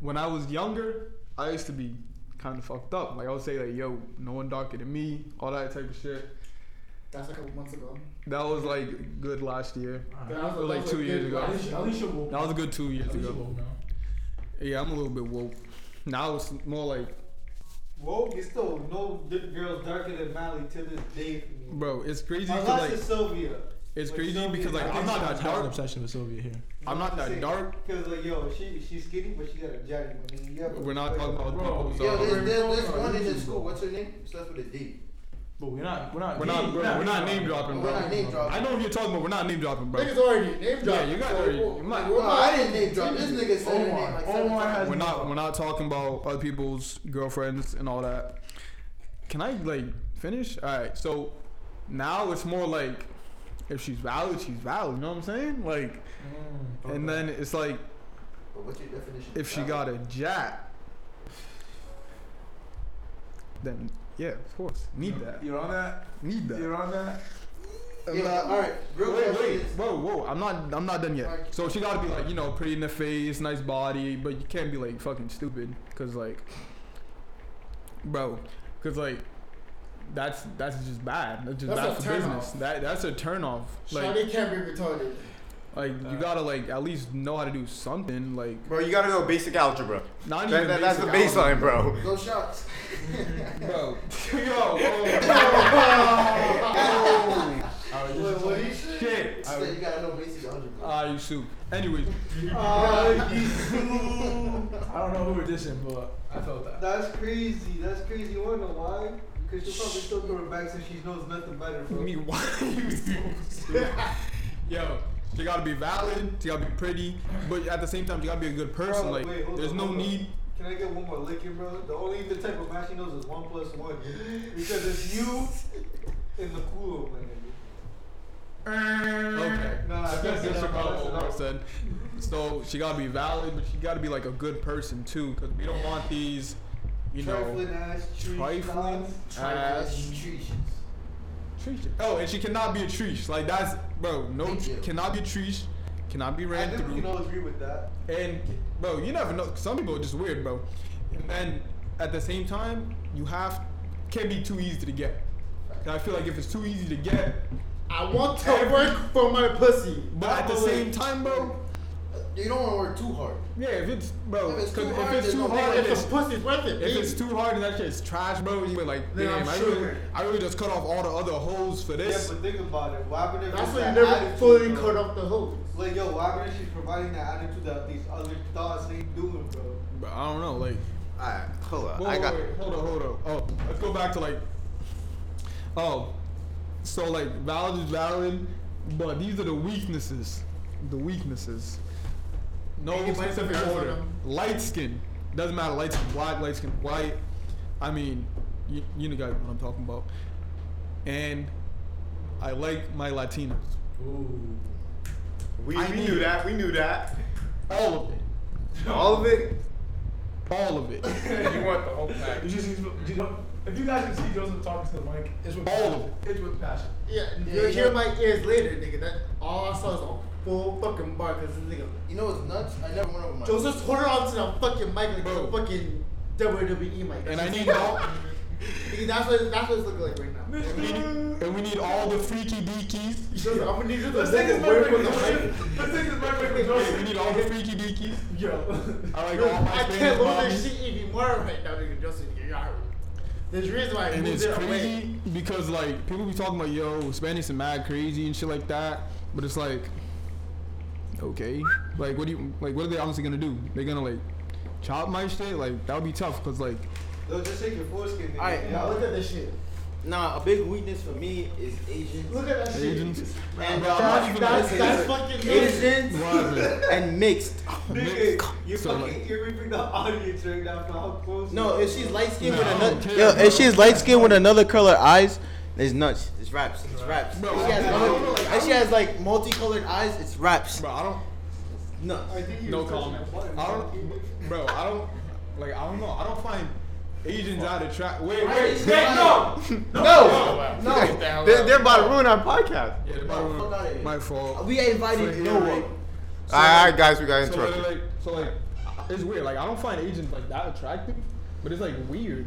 when I was younger, I used to be kind of fucked up. Like I would say, like, yo, no one darker than me, all that type of shit.
That's a couple months ago.
That was like good last year.
That was-
Or, like,
that was
two
a
years
good
ago.
one.
Alicia, Alicia will.
That was a good two years
Alicia
ago.
will now.
Yeah, I'm a little bit woke. Now it's more like,
Whoa, it's still no d- girls darker than Mally to this day. for me.
bro, it's crazy. 'cause,
Unless
like,
it's Sylvia.
it's
Like,
crazy
Sylvia
because like
Dark.
I'm not
I
that
have an
dark.
obsession with Sylvia here.
I'm not that dark.
Cause like yo, she she's skinny, but she got a jetty. I mean, you have a-
We're not talking about
Bro,
people's.
Yo,
uh,
there's, there's, there's one in the school. What's her name? Starts with a D.
But we're not. We're not.
We're not, bro, we're not name dropping,
We're not
bro.
name dropping.
I know what you're talking about. We're not name dropping, bro.
Niggas already name dropped.
you got
So,
already-
oh,
you might-
no, I didn't name drop. This nigga said her
Omar.
name like seven
Omar
times.
has-
We're not. We're not talking about other people's girlfriends and all that. Can I like finish? All right. So now it's more like if she's valid, she's valid. You know what I'm saying? Like,
Mm.
and uh, then it's like
But what's your definition?
if she got a jack, then yeah, of course, need that.
You're on that.
Need that.
You're on that.
Yeah, all right. Real
Wait,
question
wait,
is-
whoa, whoa! I'm not, I'm not done yet.
Like-
So she gotta be like, you know, pretty in the face, nice body, but you can't be like fucking stupid, cause like, bro, cause like, that's that's just bad. That's just
That's
bad
a
for
turn
business.
off.
That that's a turn off. Like,
Shawty can't be retarded.
like you gotta like at least know how to do something. Like,
Bro, you gotta know basic algebra.
not
That,
even
that, that's the
basic algebra.
baseline, bro.
Go shots.
bro.
What, what he said?
Shit.
He said you gotta know basic algebra.
Ah, you soup. Anyways,
I don't know who we're dissing, but I felt that.
That's crazy. That's crazy. You wanna know why? Because she'll probably still throw it back since she knows nothing better. Bro.
me, why you so stupid? Yo, she gotta be valid. She gotta be pretty, but at the same time, she gotta be a good person.
Bro,
like,
wait, hold
there's
on,
no
hold on.
need.
Can I get one more lick in, bro? The only the type of match she knows is one plus one. Because it's you in the cool, my nigga.
Okay.
Nah, that's
That's
enough.
about
That's
what I
enough.
said. So she gotta be valid, but she gotta be like a good person too, because we don't want these, you know,
trifling ass, tree
trifling
shots.
ass. Oh, and she cannot be a treesh. Like that's bro. No,
Thank you.
cannot be a treesh. Cannot be
I
ran
think we
through.
can all agree with that.
And bro, you never know. Some people are just weird, bro. And at the same time, you have can't be too easy to get. 'Cause I feel like if it's too easy to get,
I want to work for my pussy.
but at the same time, bro,
You don't want to work too hard.
yeah, if it's bro,
If it's
'cause
too
if
hard,
it's
there's
too
no
hard,
point.
and it's,
If the pussy's worth it,
if
baby.
it's too hard and that shit's trash, bro, you were like,
Then I'm
damn, I really,
sure.
I really just cut off all the other holes for
Yeah,
this.
but think about it. Why would it
That's
be
why
that
you never
attitude,
fully
bro?
cut off the hose.
Like, yo, why would she providing that attitude that these other thoughts ain't doing, bro?
But I don't know, like,
Alright, hold on.
whoa,
I
whoa,
got.
wait, hold on, hold on. Oh, let's go back to like, oh, so like valid is valid, but these are the weaknesses, the weaknesses. No
Anybody
specific
comparison
order.
them?
Light skin doesn't matter. Light skin, black, light skin, white. I mean, you, you know guys what I'm talking about. And I like my Latinas.
We,
I
we
need
knew
it.
that. We knew that.
All of it.
All of it.
All of it.
you want the whole pack.
You just- you just- if you guys can see Joseph talking to the mic, it's with
All of it.
It's with passion.
Yeah, you'll hear my ears later, nigga. That all I saw is a full fucking bar because this nigga
You know what's nuts? I never went over my.
Joseph holding on to the fucking mic like a fucking WWE mic.
And I need all
Nigga, that's what that's what it's looking like right now.
and we need all the freaky deekies.
Joseph, I'm gonna need you to
Let's take this
fucking
mic
work
away
with the
from
mic.
Joseph. Let's take this mic away from
We need
Joseph.
all the freaky deekies.
Yo.
I like all my
I
Spanish
can't load this
mommies.
shit even more right now, nigga. Joseph, you got There's a reason why I
And
moved
it's
it away.
crazy because like people be talking about yo, Spanish and mad crazy and shit like that. But it's like okay. Like what do you like what are they honestly gonna do? They're gonna like chop my shit? Like that would be tough because like
They'll just shake your foreskin. nigga.
Alright,
Now look at this shit.
Nah, a big weakness for me is Asians.
Look at that shit.
Asians.
And
That's,
uh,
that's, that's fucking
Asians
What happened?
and mixed.
Nigga, you
So,
fucking
like-
irritating the audience right now for how close. you
No,
are.
if she's light skinned with
No, I don't
another,
care,
yo,
bro.
if she's light skinned with another color eyes, it's nuts. It's raps. It's raps.
Bro,
if she has,
I don't-
other- if she has like multicolored eyes, it's raps.
Bro, I don't
No.
I think you
No
was touching
comment.
that button.
I don't, bro. I don't like. I don't know. I don't find Asians out of track. Wait,
Right,
wait.
it's
Yeah,
not-
No. No.
They're, they're about to ruin our podcast.
the
Bro,
bottom
fuck outta
one-
here.
My fault.
We invited
So,
no
yeah,
one.
right. So,
all right, all right, guys, we got
So like,
interrupted.
like, so like, it's weird. Like, I don't find Asians like that attractive, but it's like weird.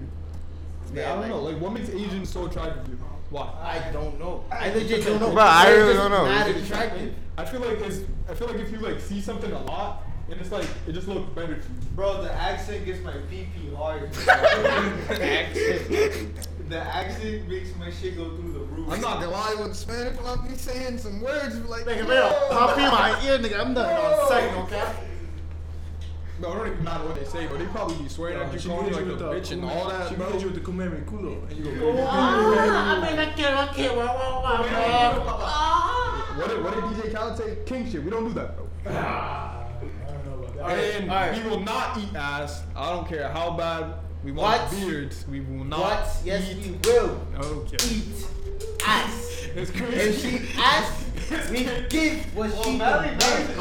Like,
Yeah,
I don't
like-
know. Like, what makes Asians so attractive? to you? Why?
I don't know. I legit don't know.
Bro, I
They're
really
just
don't know.
Mad
It's
attractive.
I feel like it's. I feel like if you like see something a lot, and it's like it just looks better to you.
Bro, the accent gets my PP hard. the accent makes my shit go through the roof.
gonna lie with Spanish. I'll be saying some words like.
Nigga, they'll pop in my ear, nigga. I'm done on second, okay?
Bro, it don't even matter what they say, but they probably be swearing at you,
She
calling
hit
you
you
like a
with the
bitch and all that,
She
bro.
hit you with the Kumemi Kulo. And you go,
Ah, I mean, I can't, I can't. Wow, wow, wow, wow.
What did, what did DJ Khaled say? King shit. We don't do that, bro.
I don't know about that.
And
alright.
we will not eat ass. I don't care how bad we
What?
want beards. We will not.
What? Yes, we will
Okay.
eat ass.
It's
If
crazy.
she asks, we give what she demands. If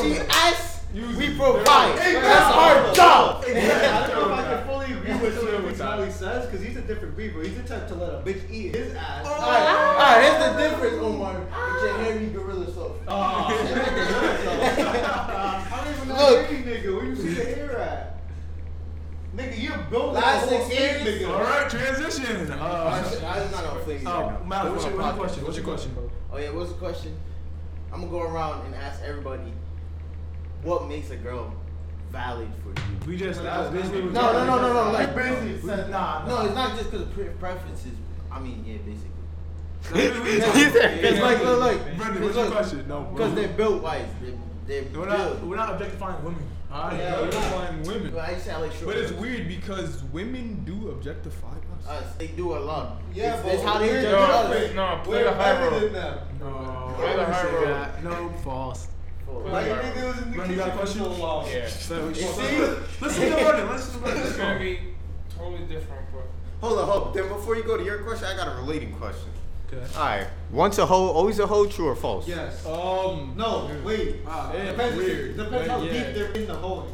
she asks, we provide. That's our job.
I don't know if I can fully agree with you what Charlie says, because he's a different breed, bro. He's the type to let a bitch eat his ass.
Alright, here's the difference, Omar. It's a hairy gorilla soap.
I don't even know
Look.
any nigga. Where you see the hair at? Nigga, you're built like a
Last
whole ape,
experience?
nigga.
All right, transition.
I'm
Uh,
not on fleek.
oh,
right now.
Matt, what's your, what's your
Podcast.
question? What's your question, bro?
Oh yeah, what's the question? I'm gonna go around and ask everybody, what makes a girl valid for you?
We just that's basically what
No, no, no, no, no. Like,
Basically, said, nah,
no, it's not just because of pre- preferences. I mean, yeah, basically.
He's
Because like, look, look,
Brendan, what's your question? No,
Because they're built wise. They're, they're
we're not
built.
we're not objectifying women. All right.
Yeah, we're not-
Objectifying women.
But I just had like short.
But it's weird because women do objectify us.
Us, Uh, they do a lot.
Yeah,
it's,
but
it's how they
we're
judge
No,
us.
play- no, play
We're
the high
better than
road.
them.
No.
Play the high road.
Yeah, no false.
Why you think it was in the
Brendan, you got a
kitchen for so
question?
long?
Yeah.
So,
You
so-
see?
listen to Brendan. Listen to
It's gonna
Brendan.
be totally different, but.
Hold on, hold on. Then before you go to your question, I got a relating question.
Okay.
All right. Once a hoe, always a hoe. True or false?
Yes.
Um.
No, wait.
Wow.
Depends,
weird,
depends
but
how
yeah.
deep they're in the hole.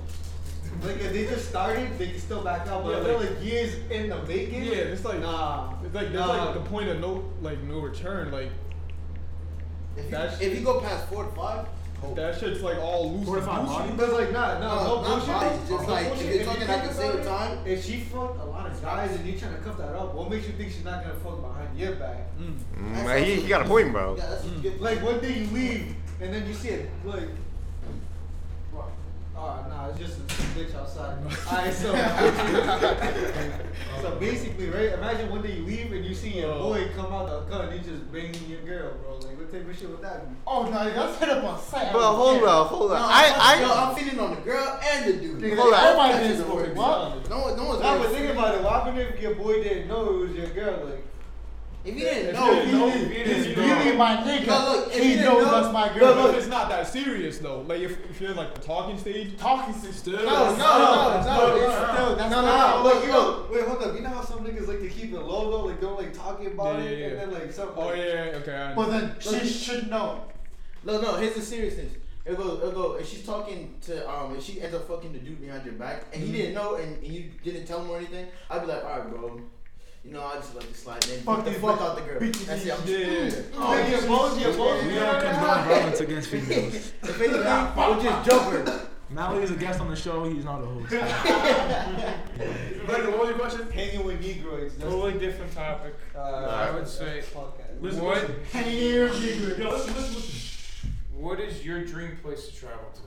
Like if they just started, they can still back out. But
Yeah,
if they're
like-
like years in the making,
Yeah, it's like-
nah.
It's like there's
nah.
like the point of no like no return. Like
If you,
That's-
if you go past four to five,
that shit's like all loose.
Fortified
and
body?
loosey.
But it's like nah, nah,
No,
no,
not
bullshit.
bodies, just
No
like, if
bullshit.
you're
you
talking
think
at the same
about it,
time-
If she fucked a lot of guys and you trying to cuff that up, what makes you think she's not gonna fuck behind your back?
Mm, like, he, he got a point, bro.
yeah, that's good.
Like one day you leave and then you see it like. bro, Oh, nah, it's just a bitch outside. Alright, so so basically, right? Imagine one day you leave and you see
Oh.
your boy come out the gun and he just banging your girl, bro. Like, what type of shit would that be?
Oh, no, nigga, that's hit up on sight.
But hold on, hold on.
No,
I, I,
yo, I'm feeding on the girl and the dude.
Nigga,
Hold on.
Everybody
Everybody
did
did
for
it.
No, one- no one's
Nah,
gonna
but think
see.
about it. What happened if your boy didn't know it was your girl? Like,
If you didn't
you
know,
didn't
no,
know,
look,
if you
He's
didn't know-
really my nigga.
No, look, if you
he
didn't
knows
know-
that's my girl.
No,
But if it's not that serious though, like if, if you're in like the talking stage,
Talking to still.
no, no, no,
it's
no,
still. That's
No, no,
not-
no,
Look, you know, wait, hold up. You know how some niggas like to keep it low though, like don't like talking about
Yeah,
it,
yeah,
and
yeah.
then like something.
oh yeah, yeah, okay, I
But then
Look.
she should know.
no, no. Here's the seriousness. It go, it go. If she's talking to, um, if she ends up fucking the dude behind your back, and
Mm-hmm.
he didn't know, and, and you didn't tell him or anything, I'd be like, all right, bro. You know, I just like to slide in. Fuck
Fuck
the
these
fuck
bitch-
out the girl.
bitches
That's
these-
it. I'm
Yeah, yeah, yeah.
Oh,
Like, your bones, your bones,
We
you
don't
know,
condone violence against females.
If anything, we'll just jump her.
Mallory is a guest on the show. He's not a host.
But what was your question? Hanging with Negroids. That's
Totally different topic.
uh,
I would say, what,
Here, nigga.
what is your dream place to travel to?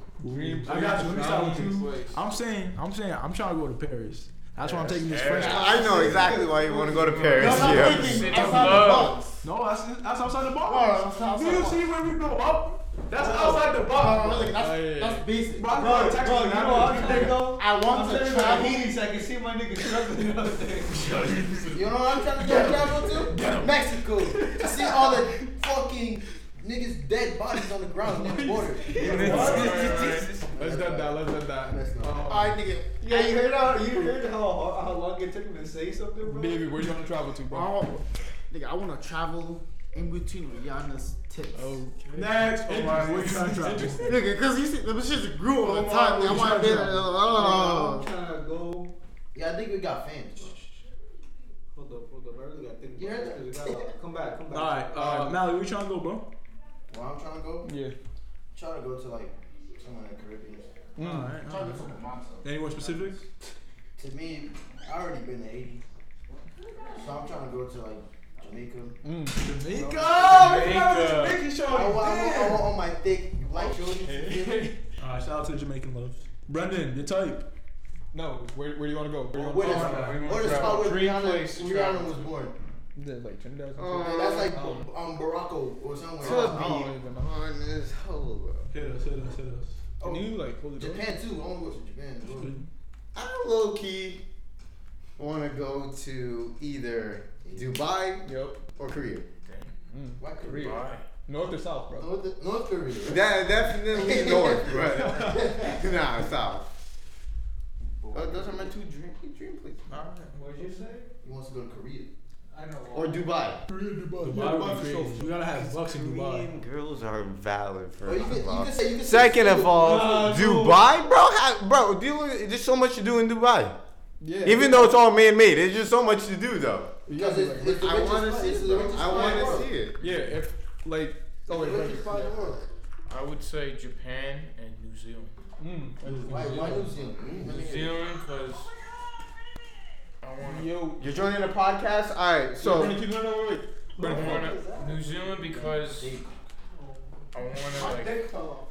I got you. Let me start with
Dream
you.
place.
I'm saying, I'm saying, I'm trying to go to Paris. That's why I'm taking this French.
I know exactly why you want to go to
No,
Paris.
I'm
Yeah.
not thinking
City of
outside the
love.
box.
No, that's that's outside the
No,
box.
that's outside
Do
the
you
box.
see where we go up? That's
No.
outside the
No,
box.
no, no, that's,
Oh, yeah,
that's basic.
Bro, I'm
Bro,
going to
bro, you
Texas.
know what I'm saying though?
I want
I'm
to
saying
travel.
Tahiti, so I can see my niggas struggling. You know what I'm saying?
You know what I'm trying to go travel to? Mexico. To see all the fucking niggas' dead bodies on the ground near the border.
Let's done that. Let's done that. Um,
Alright, nigga.
Yeah, you heard how you heard how how long it took him to say something, bro.
Baby, where you want to travel to, bro?
Oh, nigga, I want to travel in between Rihanna's tits.
Next. Oh my. We're trying to travel.
Nigga, cause you see, this shit's grew all the
Oh,
time. nigga. I
you
want to be there.
I'm
Oh.
trying to go.
Yeah, I think we got fans, bro.
Hold up, hold up. I really gotta think
You
about
heard
this,
that?
'cause we gotta- Come back, come back.
All right, uh, Mallory, where you trying to go, bro?
Where I'm trying to go?
Yeah.
trying to go to like somewhere in the Caribbean.
All right. all right. Anyone specific?
To me, I already been to Haiti, so I'm trying to go to like Jamaica.
Jamaica.
Oh,
I want, I want, I want all my thick black children. to feel me.
All right, shout out to Jamaican love. Brendan, your type.
No, where, where do you want to go? Where you
Where
want
the,
to
Oh, we wanna
where the spot
travel.
where
Dream
Rihanna,
place to
Rihanna
travel
was
to.
born?
go? Like Trinidad.
Like, that's like um Morocco or somewhere. Oh,
on this whole world.
Hit us, hit us, hit us.
Can you like hold it
Oh, Japan too. I want to go to Japan. as well.
I low key want to go to either Dubai
up? Yep.
or Korea.
Why Korea?
Korea.
Why?
North or south, bro?
North, North Korea. right?
That definitely north, right? nah, south. Uh, those are my two dream, dream places.
What'd you say?
He wants to go to Korea.
I know.
Or Dubai.
Dubai would be crazy. We gotta have bucks in Dubai.
Korean girls are valid for
Or you could, you could say, you could say
Second of
Singapore.
all,
Nah,
Dubai, bro, how, bro, do, there's so much to do in Dubai.
Yeah.
Even though it's all man-made, there's just so much to do though.
because it's, it's the
I
richest
want to
spot-
see
it's
it.
the
bro.
richest
I
spot in the
want
world.
to see it.
Yeah. If like. Oh wait.
The
Brendan.
richest spot in the world.
I would say Japan and New Zealand.
Mm.
Why, why New Zealand? Let me hear
New
it.
Zealand, cause I want.
Yo.
You're joining the podcast. All
So.
right, so
Brendan, keep- no, no, wait, wait.
I want New Zealand because I want to
My
like
dick fell off.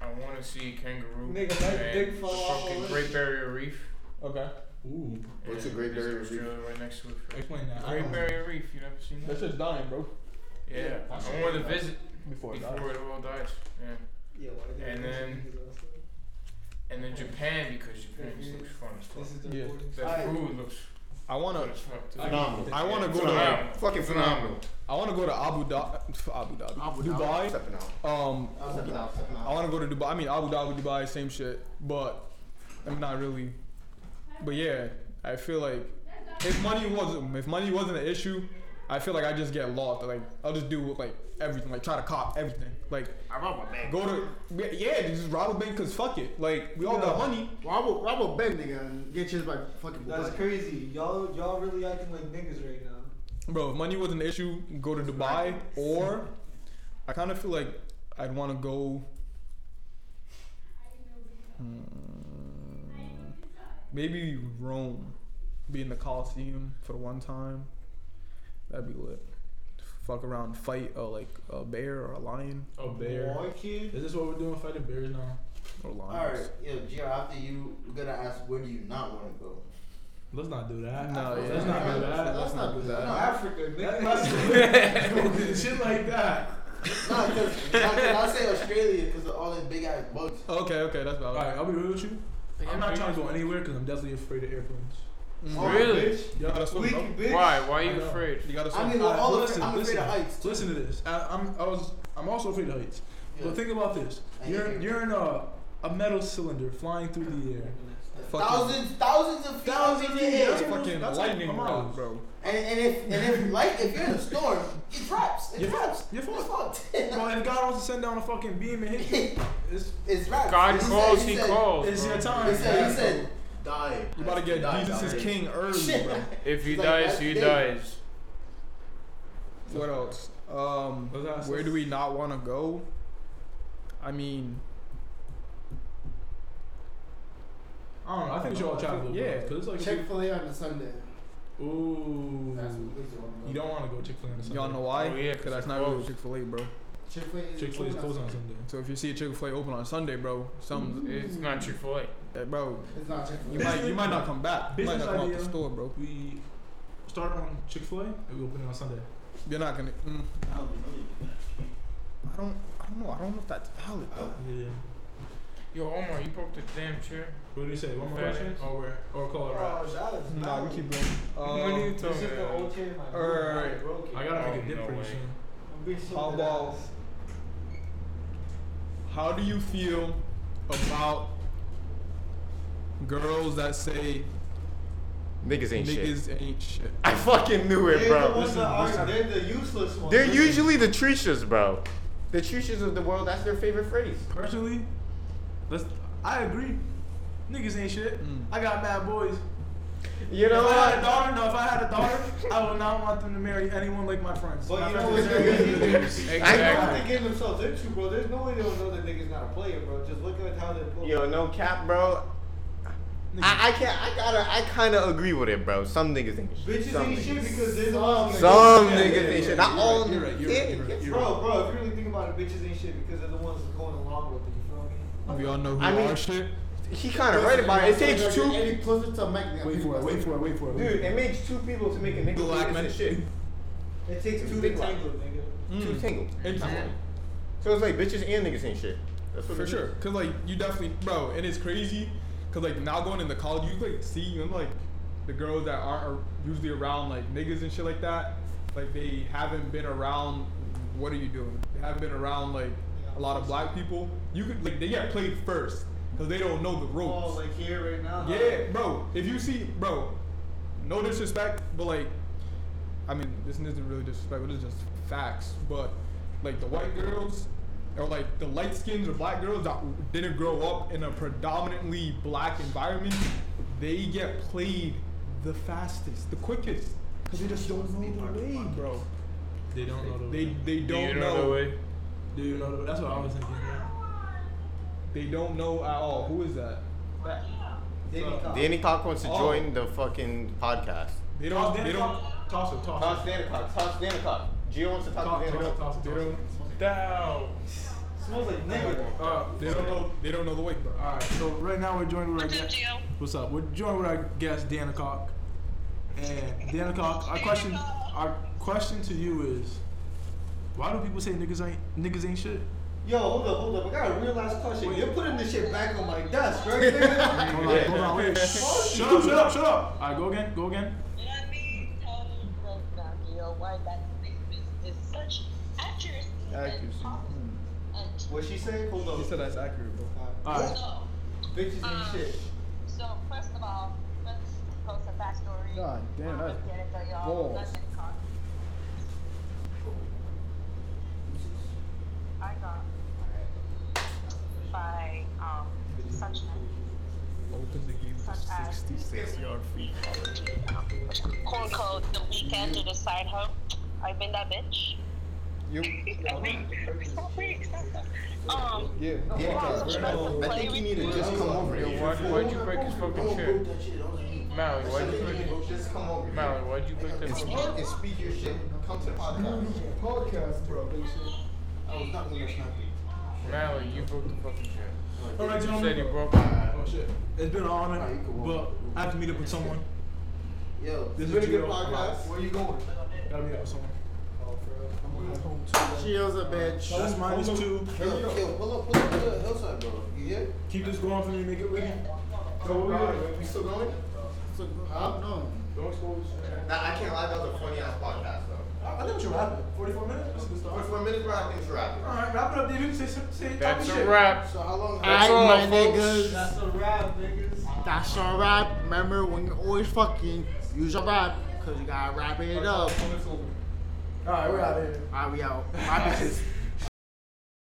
I want to see kangaroo
Nigga,
and
my dick
the
fell off
fucking
already.
Great Barrier Reef.
Okay.
Ooh,
What's
and
the Great
there's
Barrier Reef?
Australia Right next to it.
explain that. Um,
Great Barrier Reef. You never seen
Oh. That's
that?
just dying, bro.
Yeah, I want to visit
Before it dies.
before it all dies. Yeah,
Yeah, why did
And
I-
then- and then Japan because Japan just looks fun as
This
fuck.
is the
Yeah.
recording.
The food looks
I wanna.
Oh,
good as fuck. too.
phenomenal.
I wanna go to.
Phenomenal.
Fucking phenomenal.
I wanna go to Abu Dhabi. Abu Dhabi.
Abu
Dubai.
Stepping out.
Um,
I was like, nah, fuck nah.
I want to go to Dubai. I mean, Abu Dhabi, Dubai, same shit. But I'm not really. But yeah, I feel like if money wasn't if money wasn't an issue, I feel like I just get lost. Like I'll just do like everything. Like try to cop everything. Like
I rob a bank.
go to yeah, yeah, just rob a bank because fuck it. Like we all got money.
Rob a, rob a bank, nigga, and get chased by fucking
That's
Bugatti.
crazy. Y'all, y'all really acting like niggas right now.
Bro, if money was an issue, go to Dubai or I kind of feel like I'd want to go. Hmm, Maybe Rome, be in the Colosseum for one time. That'd be lit. Fuck around, fight a like a bear or a lion
A oh, bear.
Boy, kid.
Is this what we're doing? Fighting bears now?
or
All right,
lions.
yo, Gio, after you, we gotta ask where do you not want to go?
Let's not do that.
No, yeah.
Let's not do that.
Let's not do that.
Africa, nigga.
That's- Shit like that.
No, because I say Australia because of all them big ass bugs.
Okay, okay, that's
All
valid.
right, I'll be real with you. I'm not trying to go anywhere because I'm definitely afraid of airplanes.
Oh,
Really?
Bitch.
You gotta swim,
Weak,
bro.
bitch.
Why? Why are
I
you
know.
afraid?
Mm. You gotta swim.
I mean, we're
Alright,
all
well,
afraid, I'm afraid of heights.
Listen to this. I, I'm I was I'm also afraid of heights.
Yeah.
But think about this.
I
You're
agree.
you're in a a metal cylinder flying through the air. Fucking-
Thousands, thousands of feet
Thousands
up
of
in the
feet. That's
air.
fucking
That's like
lightning
a mile.
round, bro.
And, and if and if like if you're in a storm, it drops. It
You're-
drops.
you're
It's fucked.
Bro, if God wants to send down a fucking beam and hit you, it's
it's wraps.
God
He said-
calls,
he
he
said-
Oh,
calls.
it's
bro.
your time.
He said,
bro.
he said, die.
you about to get
Die,
Jesus
die.
is king early, bro.
If he
He's like,
dies,
that's
he
dead.
dies.
What else? Um,
Those are-
where do we not want to go? I mean,
I don't know. I think we should all try to go.
Yeah.
because it's like
Chick Fil A on a Sunday.
ooh,
That's what we do.
you don't want to go Chick Fil A on a Sunday.
y'all know why?
Oh, yeah, 'cause
Cause that's
it's
not really
closed.
Chick Fil A, bro.
Chick Fil A.
Chick Fil A is closed on Sunday.
So if you see a Chick Fil A open on Sunday, bro, some,
It's not Chick Fil A.
eh, bro,
It's not Chick
you
Fil A.
might you might not come back. You might not
Business
come out the
idea.
store, bro.
We start on Chick Fil A and we open it on Sunday.
You're not gonna. Mm, I don't. I don't know. I don't know if that's valid, bro.
Yeah.
Yo, Omar, you broke the damn chair.
What do you say? One more
Fair.
question? Or we're, or call it a wrap.
Oh, that is
Nah,
valid.
we keep going.
what are you
Um,
This
talking
is the
about?
old chair in my
All
room.
right.
I broke it.
I gotta make
Oh,
a dip
no
pretty
way.
soon.
I'm being so
how
bad.
about? How do you feel about girls that say
Niggas ain't shit.
niggas ain't shit?
I fucking knew
They're
it,
the
bro.
ones that are, they're the useless ones.
They're usually the Trishas, bro. The Trishas of the world, that's their favorite phrase.
Personally, let's. I agree. Niggas ain't shit.
Mm.
I got bad boys.
You know
if I had a
what?
daughter, no. If I had a daughter, I would not want them to marry anyone like my friends.
But
My
you know
friends
what's
deserve better than
crazy?
I-
What
Exactly.
they getting themselves into, bro. There's no way they don't know that nigga's not a player, bro. Just look at how they're playing.
Yo, no cap, bro. I, I can't. I gotta. I kind of agree with it, bro. Some niggas ain't shit.
Bitches
Some
ain't shit
niggas,
because there's a lot of niggas.
some
Yeah,
niggas
yeah,
ain't
yeah.
shit. Not all.
you're right, you're right,
yeah,
you're right,
yeah.
you're
Bro, bro, if you really think about it, bitches ain't shit because they're the ones going along with it. You feel me?
We all know who
I mean-
are shit.
He kind of right about it. It takes two.
Any closer to Mike? than
Wait for it. Wait for it. Wait for it. wait for
Dude, it makes two people to make a nigga
Black
feel
men.
this shit.
It takes two to
Big lie.
tango, nigga.
Two single.
Interesting.
So it's like bitches and niggas ain't shit. That's what
For
it
sure, cause like you definitely, bro, and it's crazy, cause like now going into college, you like see them like the girls that aren't a- usually around like niggas and shit like that, like they haven't been around. What are you doing? They haven't been around like a lot of black people. You could like they get played first, cause they don't know the ropes.
Oh, like here right now. huh?
Yeah, bro. If you see, bro, no disrespect, but like, I mean, this isn't really disrespect, but it's just facts. But like the white girls, or like the light skins or black girls that didn't grow up in a predominantly black environment, they get played the fastest, the quickest, because they just don't know the way, bro.
it. They don't know the
They
way.
they
Do
don't
you know the
know.
way?
Do you know the That's what I was thinking. Yeah.
They don't know at all. Who is that? That-
Diddy
is.
Cock.
Danny Cock wants to
Oh.
join the fucking podcast.
They
Toss
don't. They
Danny
don't.
Cock. Toss it. Toss
Toss
it.
Danny Cock. Toss Danny Cock. Gio wants to talk
Toss
to
it.
Danny Cock.
Toss it.
They
Toss it.
don't.
Down.
Smells like nigga.
Uh,
They don't know. They don't know the way, bro.
all right. So right now we're joined with our
What's up,
guest.
Gio?
What's up? We're joined with our guest Dana Cock. And Dana Cock, our question, our question to you is, why do people say niggas ain't niggas ain't shit?
Yo, hold up, hold up. I got a real last question. You're putting this shit back on my desk, right? nigga?
Hold on, hold on, wait. Shut up, shut up, shut up. All right, go again, go again.
Let me tell you this now, Gio, why that statement is such accuracy,
Accuracy.
and policy and
what she say? Hold up.
He said that's accurate, bro.
All right.
so,
Bitches ain't
Um,
shit.
so first of all, let's post a backstory.
God damn,
Um,
that's
Janet, so y'all,
balls.
let's get caught. I got by um such
Open the game
such as quote unquote the weekend and the side hoe. I've been that bitch.
You,
Stop break, stop, stop. Um,
yeah.
wow, she doesn't
I
play
think you
with
need to just come over
Yo,
here.
why, why'd you break his fucking chair?
That shit, don't you?
Mallory, why'd you break it?
Just come over here.
Mallory, why'd you break that
And
fucking
speak,
chair?
and speak your shit. Come to the podcast.
Podcast, bro.
I was not gonna snap you.
Mallory, you broke the fucking chair.
All right,
You said you
gentlemen.
broke it.
Oh shit. It's been an
All right,
honor,
you can walk.
but I have to meet up with someone.
Yo,
This
this
is
is a good
Gio.
podcast.
Where you going?
Gotta meet up with someone.
Gio's a bitch.
So that's minus two.
Yo, yo, pull up, pull up, pull up, hillside, bro. You here?
Keep this going for me. Make it ready.
So what we doing?
We still going? So, I don't know.
Don't expose.
Nah, I can't lie. That was a funny ass podcast though.
I, I think we should wrap it. 44 minutes? That's a good start.
Forty-four minutes, bro. I think it's wrapping.
Alright, wrap it up, David. Say, say, say
That's
talk your
a
shit.
wrap.
So how long?
That's
All
all,
right, my
folks.
niggas.
That's a wrap, niggas.
That's your rap. Remember when you always fucking use your rap, cause you gotta wrap it up.
Alright, we're out of here.
Alright, we out. My bitches.